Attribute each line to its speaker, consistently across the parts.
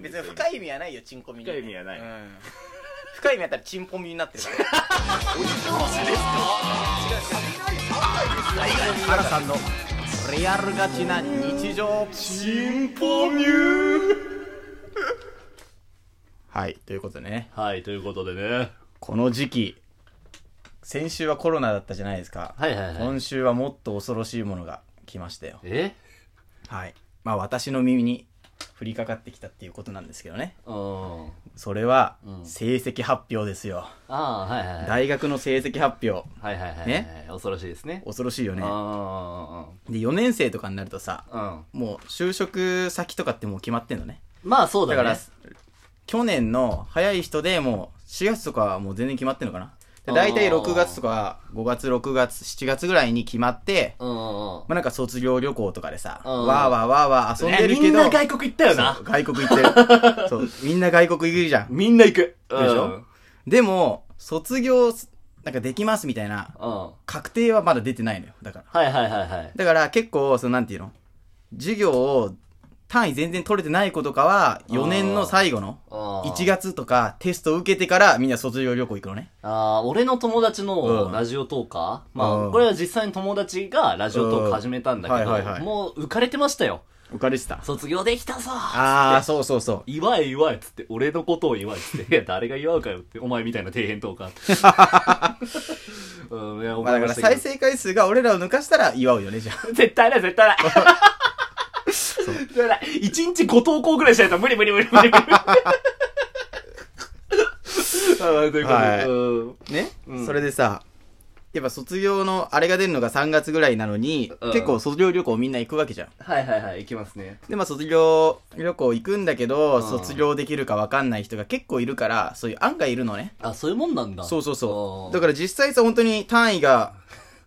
Speaker 1: 別に深い意味はないよチンコミに
Speaker 2: 深い意味はない
Speaker 1: うん深い意味あったらチンポミになってるから原さんのリアルガチな日常
Speaker 2: チンポミュー
Speaker 1: はいということでね
Speaker 2: はい、ということでね。
Speaker 1: この時期先週はコロナだったじゃないですか、
Speaker 2: はいはいはい。
Speaker 1: 今週はもっと恐ろしいものが来ましたよ
Speaker 2: え
Speaker 1: はいまあ私の耳に降りかかってきたっていうことなんですけどね
Speaker 2: うん。
Speaker 1: それは
Speaker 2: うん
Speaker 1: 成績発表ですよ、
Speaker 2: ああー、はいはいはい。
Speaker 1: 大学の成績発表
Speaker 2: はいはいはい。
Speaker 1: ね
Speaker 2: 恐ろしいですね。
Speaker 1: 恐ろしいよね
Speaker 2: あ
Speaker 1: で4年生とかになるとさ
Speaker 2: あ、うん。
Speaker 1: もう就職先とかってもう決まってんのね
Speaker 2: まあそうだ
Speaker 1: だ
Speaker 2: ね。
Speaker 1: から去年の早い人でもう4月とかはもう全然決まってんのかなで大体
Speaker 2: あー
Speaker 1: 6月とか5月6月7月ぐらいに決まって
Speaker 2: うんうんうん
Speaker 1: まあなんか卒業旅行とかでさ、
Speaker 2: うん
Speaker 1: わーわーわーわー遊んでるけど、
Speaker 2: みんな外国行ったよな
Speaker 1: そう。外国行ってる。そう、みんな外国行くじゃん。
Speaker 2: みんな行く。で
Speaker 1: でしょでも、卒業す、なんかできますみたいな、
Speaker 2: うん。は
Speaker 1: 確定はまだ出てないのよ。だから。
Speaker 2: いはいはいはい。
Speaker 1: だから結構、そのなんていうの授業を単位全然取れてない子とかは、4年の最後の、1
Speaker 2: 一。
Speaker 1: 月とかテスト受けてからみんな卒業旅行行くのね。
Speaker 2: ああ、俺の友達
Speaker 1: う
Speaker 2: の
Speaker 1: ん
Speaker 2: ラジオトーカー。
Speaker 1: う
Speaker 2: まあ、
Speaker 1: ん
Speaker 2: これは実際に友達がラジオトーク始めたんだけ
Speaker 1: うんはいはいはい
Speaker 2: ど、もう浮かれてましたよ。
Speaker 1: 浮かれてた。
Speaker 2: 卒業できたぞ
Speaker 1: あー、そうそうそう。
Speaker 2: 祝え祝えっつって、俺のことを祝えっ つって、いや、誰が祝うかよって、お前みたいな底辺トーカー。うん、いや、お
Speaker 1: まあだから再生回数が俺らを抜かしたら祝うよね、じゃあ。
Speaker 2: 絶対ない、絶対ない。 絶対ない。一日5投稿ぐらいしないと無理無理無 理無理無理。あーということで、
Speaker 1: はい
Speaker 2: うん
Speaker 1: ね、
Speaker 2: うん
Speaker 1: それでさやっぱ卒業のあれが出るのが3月ぐらいなのに、
Speaker 2: うん
Speaker 1: 結構卒業旅行みんな行くわけじゃん
Speaker 2: はいはいはい、行きますね。
Speaker 1: でまあ卒業旅行行くんだけど、
Speaker 2: うん
Speaker 1: 卒業できるか分かんない人が結構いるからそういう案外いるのね
Speaker 2: あ、そういうもんなんだ。
Speaker 1: そうそうそうだか
Speaker 2: か
Speaker 1: ら実際さ本当に単位が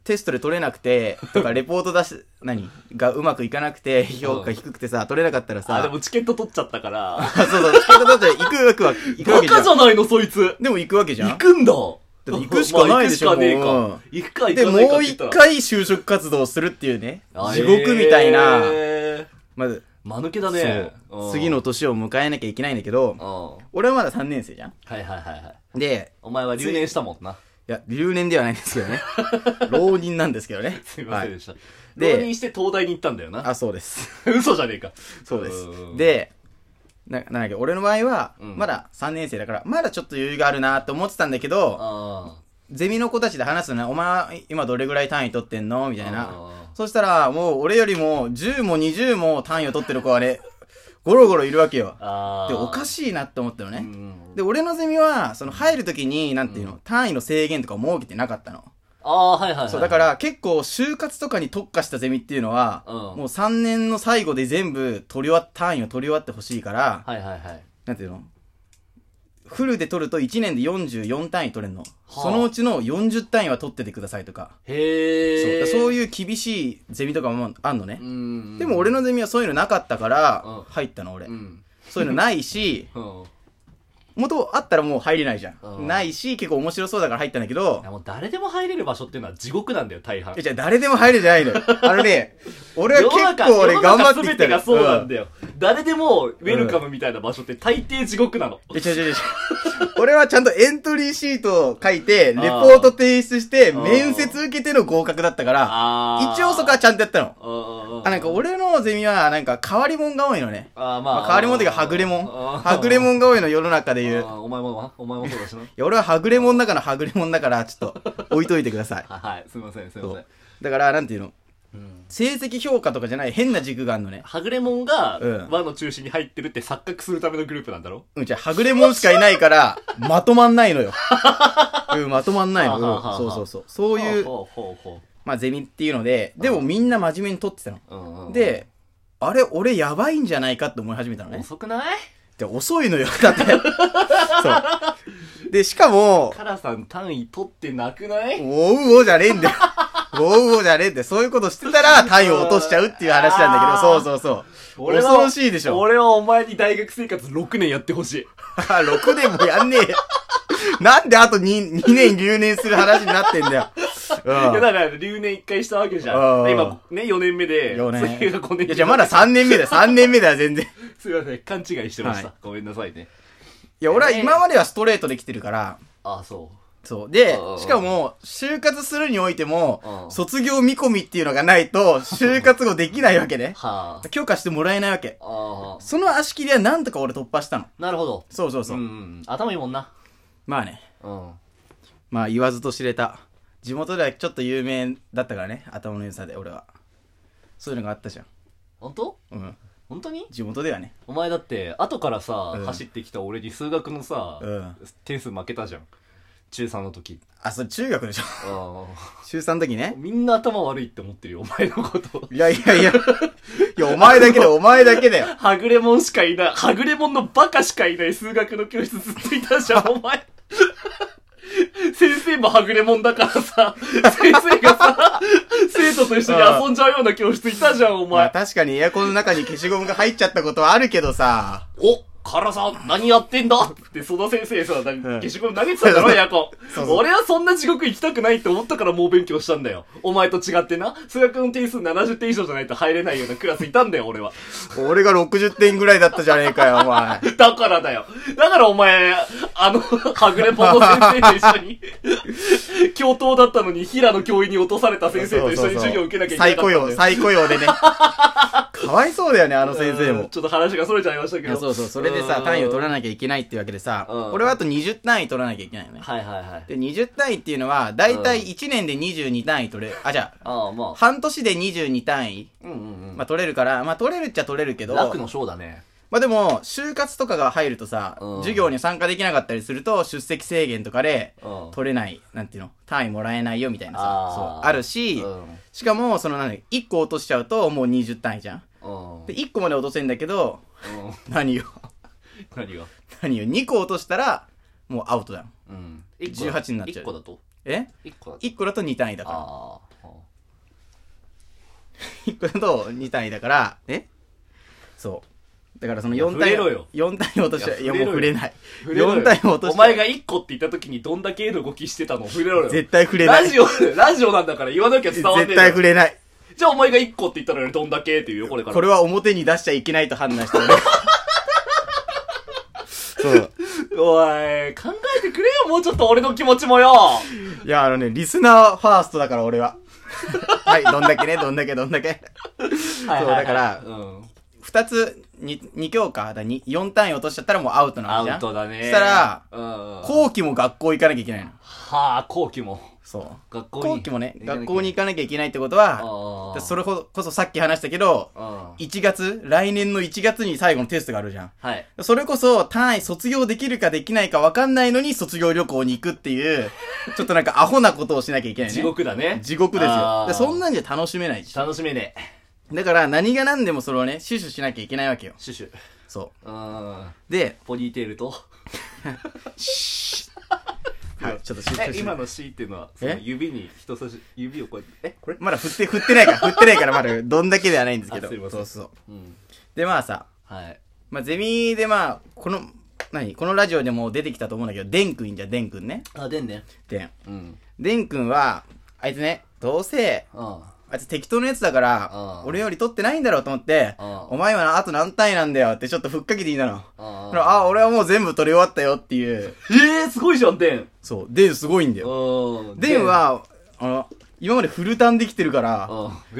Speaker 1: テストで取れなくてとかレポート出し何がうまくいかなくて評価低くてさ取れなかったら
Speaker 2: あ、で
Speaker 1: さ
Speaker 2: もチケット取っちゃったから。
Speaker 1: あそうそうチケット取って行くわけは行くわ
Speaker 2: バ
Speaker 1: けじゃ
Speaker 2: カじ
Speaker 1: ん
Speaker 2: ゃないの、そいつ。
Speaker 1: でも行くわけじゃ
Speaker 2: 行
Speaker 1: ん
Speaker 2: くんだ。
Speaker 1: て行くしかないでしょ
Speaker 2: まあ行くしかねえ
Speaker 1: もう
Speaker 2: か。行くか行
Speaker 1: で
Speaker 2: かないか
Speaker 1: も
Speaker 2: っ
Speaker 1: う
Speaker 2: て言っ
Speaker 1: 一
Speaker 2: たら。
Speaker 1: 回就職活動するっていうね
Speaker 2: あ
Speaker 1: 地獄みたいな、
Speaker 2: えー
Speaker 1: まず、
Speaker 2: 間抜けだね。
Speaker 1: そう
Speaker 2: うん
Speaker 1: 次の。年を迎えなきゃいけないんだけど
Speaker 2: うん。は
Speaker 1: 俺はまだ3年生じゃん
Speaker 2: いはいはいはい。
Speaker 1: で
Speaker 2: お前は留年したもんな。
Speaker 1: いや留年ではないんですけど ね浪人なんですけどね
Speaker 2: すいません
Speaker 1: は
Speaker 2: でした。
Speaker 1: で
Speaker 2: 浪人して東大に行ったんだよな。
Speaker 1: あそうです
Speaker 2: 嘘じゃねえか。
Speaker 1: そうです
Speaker 2: ん、
Speaker 1: でななんだっけ俺の場合は
Speaker 2: うん
Speaker 1: まだ3年生だからまだちょっと余裕があるなと思ってたんだけど
Speaker 2: あ
Speaker 1: ゼミの子たちで話すのねお前今どれぐらい単位取ってんのみ
Speaker 2: ー
Speaker 1: たいな
Speaker 2: あ
Speaker 1: そしたらもう俺よりも10も20も単位を取ってる子はねゴロゴロいるわけよ
Speaker 2: ー。あー。
Speaker 1: でおか
Speaker 2: し
Speaker 1: しいなって思ったのね、
Speaker 2: ね。
Speaker 1: で、俺のゼミは、その入るときに、なんていうの、単位の制限とかを設けてなかったの。
Speaker 2: ああー、はいはいはい。
Speaker 1: そう、だか、ら結構就活とかに特化したゼミっていうのは、
Speaker 2: うん
Speaker 1: もう3年の最後で全部取り終わ、単位を取り終わってほしいから、
Speaker 2: はいはいはい。
Speaker 1: なんていうのフルで取ると1年で44単位取れるの。
Speaker 2: あ
Speaker 1: そのうちの40単位は取っててくださいとか。そう
Speaker 2: へえ。
Speaker 1: だからそう
Speaker 2: う
Speaker 1: いう厳しいゼミとかもあんのね。
Speaker 2: ん。
Speaker 1: でも俺
Speaker 2: の、
Speaker 1: のゼミはそういうのなかったから
Speaker 2: うん、
Speaker 1: 入ったの俺
Speaker 2: う。ん。
Speaker 1: そういうのないし、
Speaker 2: うん。い
Speaker 1: 元あったらもう入れないじゃ。
Speaker 2: うんん
Speaker 1: ないし、結構面白そうだから入ったんだけど、
Speaker 2: やもう誰でも入れる場所っていうのは地獄なんだよ、大半
Speaker 1: いや。じゃあ誰でも入るじゃないのよ。あのね、俺は
Speaker 2: 世
Speaker 1: 結
Speaker 2: の中
Speaker 1: 構俺頑張って
Speaker 2: 世の中
Speaker 1: きた
Speaker 2: 全て
Speaker 1: の
Speaker 2: がそうなんだ
Speaker 1: よ。
Speaker 2: よ。誰でもウェルカムみたいな場所って大抵地獄なの。
Speaker 1: うんいや違う違う違う俺はちゃんとエントリーシートを書いて、レポート提出して、
Speaker 2: あー
Speaker 1: 面接受けての合格だったから、
Speaker 2: ああ。
Speaker 1: 一応そこはちゃんとやったの。
Speaker 2: あ
Speaker 1: あ、なんか俺のゼミは、なんか変わり者が多いのね。
Speaker 2: あーま
Speaker 1: ま
Speaker 2: あ、
Speaker 1: あ変わり者っていうか、はぐれ
Speaker 2: あ
Speaker 1: 者。
Speaker 2: ー
Speaker 1: はぐれ者が多いの、世の中で言う。い
Speaker 2: あーお前もな、お前もそうだしな。 は
Speaker 1: や、俺ははぐれ者だからはぐれ者だから、ちょっと、置いといてください。
Speaker 2: いはい、すいません、すいま
Speaker 1: そ
Speaker 2: せん
Speaker 1: う。だから、なんていうの
Speaker 2: うん
Speaker 1: 成績評価とかじゃない変な軸があるのね。
Speaker 2: はぐれもんが
Speaker 1: うん
Speaker 2: 輪の中心に入ってるって錯覚するためのグループなんだろ
Speaker 1: うん、じゃあはぐれもんしかいないから、まとまんないの よ。うん、まとまんないの。うん
Speaker 2: はあはあはあ
Speaker 1: そうそうそう。そういう、
Speaker 2: ほうほうほ
Speaker 1: まあ、ゼミっていうので、でもみんな真面目に取ってたの。
Speaker 2: うほううんうん。
Speaker 1: で、あれ、俺やばいんじゃないかって思い始めたのね。
Speaker 2: 遅くない
Speaker 1: で、遅いのよ、 だって。そう。で、しかも、
Speaker 2: カラさん単位取ってなくない
Speaker 1: おうおじゃねえんだよ。おうおじゃねえんだよ。そういうことしてたら、体温落としちゃうっていう話なんだけど、そうそうそう。
Speaker 2: 俺は
Speaker 1: 恐ろしいでしょ。
Speaker 2: 俺はお前に大学生活6年やってほしい。
Speaker 1: あ、6年もやんねえ。なんであと 2, 2年留年する話になってんだよ。
Speaker 2: いや、だから留年一回したわけじゃ。
Speaker 1: うんん
Speaker 2: 今、ね、4年目で、
Speaker 1: 4年
Speaker 2: 次が5年目。
Speaker 1: いや、じゃあまだ3年目だよ。3年目だよ、全然。
Speaker 2: すいません、勘違いしてました。
Speaker 1: は
Speaker 2: ごめんなさいね。
Speaker 1: いや、俺は今まではストレートで来てるから、
Speaker 2: ああ、そう。
Speaker 1: そう。で
Speaker 2: うんうん、
Speaker 1: しかも、就活するにおいて
Speaker 2: う
Speaker 1: も
Speaker 2: ん、。
Speaker 1: 卒業見込みっていうのがないと、就活後できないわけね
Speaker 2: は
Speaker 1: 許可してもらえないわけ
Speaker 2: あ。。ああ。
Speaker 1: その足切りはなんとか俺突破したの。
Speaker 2: なるほど。
Speaker 1: そうそうそうう。
Speaker 2: ん。頭いいもんな。
Speaker 1: まあね。
Speaker 2: うん。
Speaker 1: まあ言わずと知れた。地元ではちょっと有名だったからね。頭の良さで、俺は。そういうのがあったじゃん。
Speaker 2: 本当
Speaker 1: うん。
Speaker 2: 本当に
Speaker 1: 地元ではね。
Speaker 2: お前だって、後からさ、
Speaker 1: うん
Speaker 2: 走ってきた俺に数学のさ、
Speaker 1: うん
Speaker 2: 点数負けたじゃん。中3の時。
Speaker 1: あ、それ中学でしょ。
Speaker 2: あ
Speaker 1: 中3の時
Speaker 2: あ
Speaker 1: ね。
Speaker 2: みんな頭悪いって思ってるよ、お前のこと。
Speaker 1: いやいやいや。いや、お前だけだよ、お前だけだよ。
Speaker 2: はぐれもんしかいない、はぐれもんのバカしかいない数学の教室ずっといたじゃ ん、お前。先生もはぐれもんだからさ、先生がさ、生徒と一緒に遊んじゃうような教室いたじゃん、お
Speaker 1: まあ
Speaker 2: 前。
Speaker 1: 確かにエアコンの中に消しゴムが入っちゃったことはあるけどさ。
Speaker 2: おカラさん、何やってんだって、その先生さ、なんか
Speaker 1: うん
Speaker 2: 消しゴム投げてた だろ、エアコン。
Speaker 1: そうそう
Speaker 2: 俺はそんな地獄行きたくないって思ったから猛勉強したんだよ。お前と違ってな、数学の点数70点以上じゃないと入れないようなクラスいたんだよ、俺は。
Speaker 1: 俺が60点ぐらいだったじゃねえかよ、お前。
Speaker 2: だからだよ。だからお前、あの、はぐれぽの先生と一緒に、教頭だったのに平野教員に落とされた先生と一緒に授業を受けなきゃいけな
Speaker 1: 再
Speaker 2: かっ
Speaker 1: 雇
Speaker 2: たんだ
Speaker 1: 用、
Speaker 2: よ。
Speaker 1: 再雇用でね。かわいそうだよね、あの先生
Speaker 2: うん
Speaker 1: も。
Speaker 2: ちょっと話がそれちゃいましたけ
Speaker 1: いや
Speaker 2: ど。
Speaker 1: そうそう、それでさ、単位を取ら
Speaker 2: ない。
Speaker 1: なきゃいけないっていうわけでさ
Speaker 2: うん、
Speaker 1: 俺はあと20単位取らなきゃいけないのね。
Speaker 2: はいはいはい。
Speaker 1: で、20単位っていうのは、だいたい1年で22単位取れ、あ、じゃあ、
Speaker 2: ああ、まあ。
Speaker 1: 半年で22単位、
Speaker 2: うんうんうん。
Speaker 1: まあ取れるから、まあ取れるっちゃ取れるけど、
Speaker 2: 楽の章だね。
Speaker 1: まあでも、就活とかが入るとさ、
Speaker 2: うん
Speaker 1: 授業に参加できなかったりすると、出席制限とかで、
Speaker 2: うん。
Speaker 1: 取れない、なんていうの、単位もらえないよみたいな
Speaker 2: あ
Speaker 1: さ、
Speaker 2: ー
Speaker 1: そう、あるし、
Speaker 2: うん
Speaker 1: しかも、その何、1個落としちゃうと、もう20単位じゃん。
Speaker 2: うん。
Speaker 1: で、1個まで落とせんだけど、
Speaker 2: うん
Speaker 1: 何よ、
Speaker 2: 何が
Speaker 1: 何よ、2個落としたら、もうアウトだよ。
Speaker 2: うん。
Speaker 1: 18になっちゃう
Speaker 2: 1個だと
Speaker 1: え
Speaker 2: ?1 個だと
Speaker 1: ?1 個だと2単位だから。
Speaker 2: ああ。
Speaker 1: 1個だと2単位だから、えそう。だからその4
Speaker 2: い
Speaker 1: 単
Speaker 2: や
Speaker 1: 位、
Speaker 2: 触れろよ
Speaker 1: 4単位落としたら、
Speaker 2: い
Speaker 1: い
Speaker 2: や
Speaker 1: やもう触
Speaker 2: 触れ
Speaker 1: れ
Speaker 2: ろ
Speaker 1: ない。
Speaker 2: 触れろよ
Speaker 1: 4単位落と
Speaker 2: お
Speaker 1: した
Speaker 2: 前
Speaker 1: ら、
Speaker 2: が1個って言った時にどんだけの動きしてたの触れろよ。
Speaker 1: 絶対触れない。
Speaker 2: ラジ
Speaker 1: 絶
Speaker 2: オ、ラジオなんだから言わなきゃ伝わんねえんだ
Speaker 1: 対
Speaker 2: よ
Speaker 1: 触れない。
Speaker 2: じゃあお前が1個って言ったらどんだけっていうよ、これから。
Speaker 1: これは表に出しちゃいけないと判断したね。 そう。
Speaker 2: おい、考えてくれよ、もうちょっと俺の気持ちもよ。
Speaker 1: いや、あのね、リスナーファーストだから、俺 は。はい、どんだけね、どんだけ、どんだけ。
Speaker 2: そう、
Speaker 1: はいはいだから
Speaker 2: うん。
Speaker 1: 二つ、に、二教科だ、に、四単位落としちゃったらもうアウトな
Speaker 2: ア
Speaker 1: わけじゃん。
Speaker 2: ウトだね。
Speaker 1: したら、
Speaker 2: うん。
Speaker 1: 後期も学校行かなきゃいけないの。
Speaker 2: はあ、後期も。
Speaker 1: そう。
Speaker 2: 学校に。
Speaker 1: 後期もね、学校に行
Speaker 2: か
Speaker 1: かなきゃいけないってことは、
Speaker 2: ああ。
Speaker 1: それこそさっき話したけど、
Speaker 2: うん。は
Speaker 1: 1月、来年の1月に最後のテストがあるじゃん。
Speaker 2: い。
Speaker 1: それこそ単位卒業できるかできないか分かんないのに卒業旅行に行くって いう、ちょっとなんかアホなことをしなきゃいけないね。
Speaker 2: 地。獄だね。
Speaker 1: 地獄です
Speaker 2: あ
Speaker 1: よ。
Speaker 2: ー
Speaker 1: でそんなんじゃ楽しめないし。
Speaker 2: 楽しめねえ。
Speaker 1: だから何が何でもそれをね、死守しなきゃいけないわけよ。
Speaker 2: シュシュ。
Speaker 1: そ
Speaker 2: うん。
Speaker 1: う。で、
Speaker 2: ポニーテールと。
Speaker 1: はい、ちょっとシュ
Speaker 2: え、
Speaker 1: シ
Speaker 2: 今
Speaker 1: ュ
Speaker 2: の C っていうのは、その
Speaker 1: え
Speaker 2: 指に人差し、指をこうやって。えこれ
Speaker 1: まだ振って、振ってないから、振ってないからまだ、どんだけではないんですけど。
Speaker 2: あすいませ
Speaker 1: そ
Speaker 2: ん
Speaker 1: うそう。
Speaker 2: うん。
Speaker 1: で、まあさ、
Speaker 2: はい。
Speaker 1: まあゼミでまあ、この、何このラジオでも出てきたと思うんだけど、デンくんいんじゃん、デンくんね。
Speaker 2: あ、でんね。
Speaker 1: デン。
Speaker 2: うん。
Speaker 1: デンくんは、あいつね、どうせ、
Speaker 2: うん。
Speaker 1: あいつ適当なやつだから
Speaker 2: う、ん
Speaker 1: 俺より取ってないんだろうと思って
Speaker 2: うん、
Speaker 1: お前はなあと何単位なんだよってちょっとふっかけていいんだろ。
Speaker 2: あー
Speaker 1: あ、俺はもう全部取り終わったよっていう。
Speaker 2: ええー、すごいじゃん、デン。
Speaker 1: そう、デンすごいんだよ。
Speaker 2: うん。
Speaker 1: デン、は、あの、今までフルターンできてるから、
Speaker 2: フ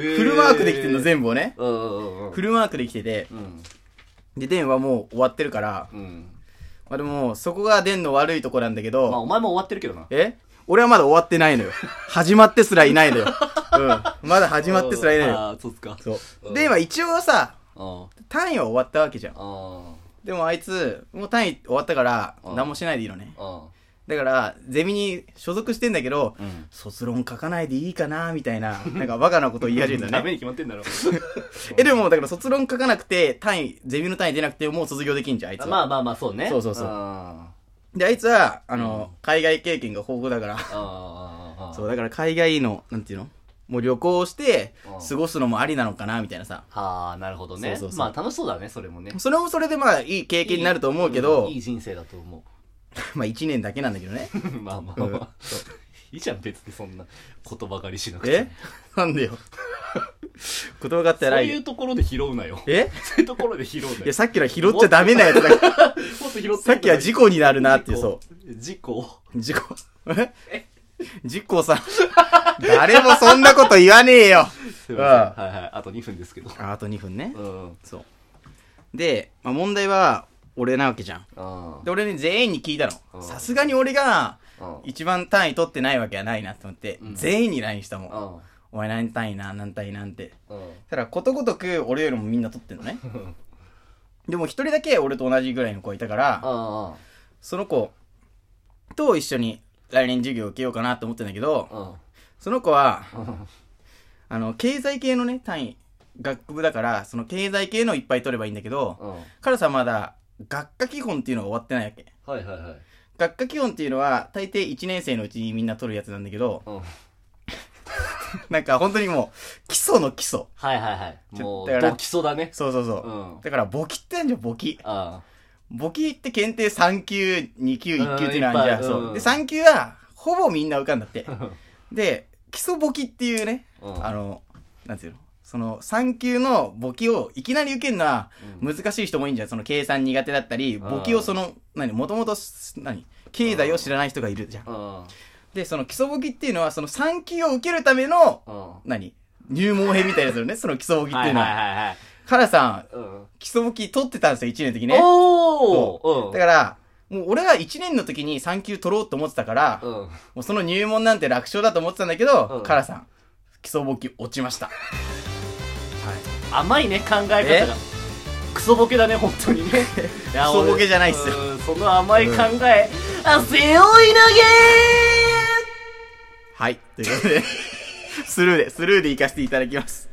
Speaker 1: フルマークできてるの全部をね、
Speaker 2: 部。うんうんうん。
Speaker 1: フルマークできてて、
Speaker 2: うん。
Speaker 1: で、デンはもう終わってるから、
Speaker 2: うん。
Speaker 1: まあでも、そこがデンの悪いとこなんだけど、
Speaker 2: まあ、お前も終わってるけどな。
Speaker 1: え俺はまだ終わってないのよ。始まってすらいないのよ。うん。まだ始まってすらいないのよ。
Speaker 2: ああ、そうっすか。
Speaker 1: そう。デンは一応さ、
Speaker 2: うん。あ
Speaker 1: 単位は終わったわけじゃん。
Speaker 2: あ。
Speaker 1: でもあいつ、もう単位終わったから、
Speaker 2: うん
Speaker 1: 何もしないでいいのね。
Speaker 2: あ
Speaker 1: だから、ゼミに所属してんだけど、
Speaker 2: うん
Speaker 1: 卒論書かないでいいかな、みたいな、なんかバカなこと言い始めた
Speaker 2: あ。
Speaker 1: ね。
Speaker 2: ダメに決まってんだ ろ。
Speaker 1: え、でも、だから卒論書かなくて、単位、ゼミの単位出なくて、もう卒業できんじゃん、あいつは。
Speaker 2: まあまあまあ、そうね。
Speaker 1: そうそうそうん
Speaker 2: あ
Speaker 1: で、あいつは、あの、海外経験が豊富だから。
Speaker 2: あ。ああ。。
Speaker 1: そうう、だから海外の、なんていうのもう旅行して
Speaker 2: うん、
Speaker 1: 過ごすのもありなのかな、みたいなさ。
Speaker 2: はあ、なるほどね。
Speaker 1: そうそうそう
Speaker 2: まあ、楽しそうだね、それもね。
Speaker 1: それもそれでまあ、いい経験になると思うけど
Speaker 2: いい、いい人生だと思う。
Speaker 1: まあ、一年だけなんだけどね。
Speaker 2: まあまあまあ。いいじゃん、別にそんな言葉狩りしなくて
Speaker 1: え。なんでよ。 言葉があった
Speaker 2: そ
Speaker 1: ら
Speaker 2: う
Speaker 1: い
Speaker 2: いうところで拾うなよ。
Speaker 1: え
Speaker 2: そういうところで拾うないよ
Speaker 1: や、。さっきの拾っちゃダメなやつだから。
Speaker 2: もっと拾って。
Speaker 1: さっきは事故になるなっていう、そう
Speaker 2: 事故。
Speaker 1: う。事故。え事故さん。誰もそんなこと言わねえよ。
Speaker 2: すいません。はいはい。あと2分ですけど。
Speaker 1: ああと2分ね。
Speaker 2: うん。
Speaker 1: そう。で、まあ、問題は、俺なわけじゃん。
Speaker 2: あ
Speaker 1: で、俺ね、全員に聞いた
Speaker 2: う
Speaker 1: の。
Speaker 2: ん
Speaker 1: さすがに俺が、
Speaker 2: あ。
Speaker 1: 一番単位取ってないわけはないなって思って、
Speaker 2: うん
Speaker 1: 全員に LINE したもん。
Speaker 2: あ
Speaker 1: お前何単位な、何単位なんて。
Speaker 2: あ。うん。
Speaker 1: ただ、ことごとく俺よりもみんな取ってんの ね。でも一人だけ俺と同じぐらいの子いたから、
Speaker 2: あ
Speaker 1: その子と一緒に来年授業を受けようかなと思ってんだけど
Speaker 2: あ。、うん。
Speaker 1: その子は、
Speaker 2: うん
Speaker 1: あの、経済系のね、単位、学部だから、その経済系のいっぱい取ればいいんだけど、
Speaker 2: うん。
Speaker 1: 彼さんまだ、学科基本っていうのが終わってないわけ。
Speaker 2: はいはいはい。
Speaker 1: 学科基本っていうのは、大抵1年生のうちにみんな取るやつなんだけど、
Speaker 2: うん。
Speaker 1: なんか本当にもう、基礎の基礎。
Speaker 2: はいはいはい。
Speaker 1: ち
Speaker 2: も
Speaker 1: ょ
Speaker 2: う、
Speaker 1: だから
Speaker 2: ド基礎だね。
Speaker 1: そうそうそうう。
Speaker 2: ん。
Speaker 1: だから、簿記ってあるじゃん、簿記。
Speaker 2: あ
Speaker 1: 簿記って検定3級、2級、1級っていうのあるじゃん。
Speaker 2: うんいっぱいうん
Speaker 1: そう。で、3級は、ほぼみんな受かんだって
Speaker 2: あ。。
Speaker 1: で、基礎簿記っていうね、
Speaker 2: うん
Speaker 1: あの、なんていうのその、3級の簿記をいきなり受けるのは
Speaker 2: うん
Speaker 1: 難しい人もいいんじゃん。その計算苦手だったり、
Speaker 2: うん
Speaker 1: 簿記をその、何、もともと、何、経済を知らない人がいるじゃん。
Speaker 2: うん。
Speaker 1: で、その基礎簿記っていうのは、その3級を受けるための、
Speaker 2: うん。
Speaker 1: 何、入門編みたいなやつだよね、その基礎簿記って
Speaker 2: はいいう
Speaker 1: のは。
Speaker 2: はいはいはい。
Speaker 1: 原さん、
Speaker 2: うん。
Speaker 1: 基礎簿記取ってたんですよ、1年の時ね。
Speaker 2: おお
Speaker 1: だから、もう俺は1年の時に3級取ろうと思ってたから、
Speaker 2: うん。うん。
Speaker 1: もうその入門なんて楽勝だと思ってたんだけど、
Speaker 2: うん
Speaker 1: カラさん、基礎簿記落ちました。
Speaker 2: 甘いね、考え方が。クソボケだね、本当にね。ク
Speaker 1: クソボケじゃないっすよ。
Speaker 2: 俺うんその甘い考え、あ、背負い投げ
Speaker 1: はい。ということで、スルーで、スルーで行かせていただきます。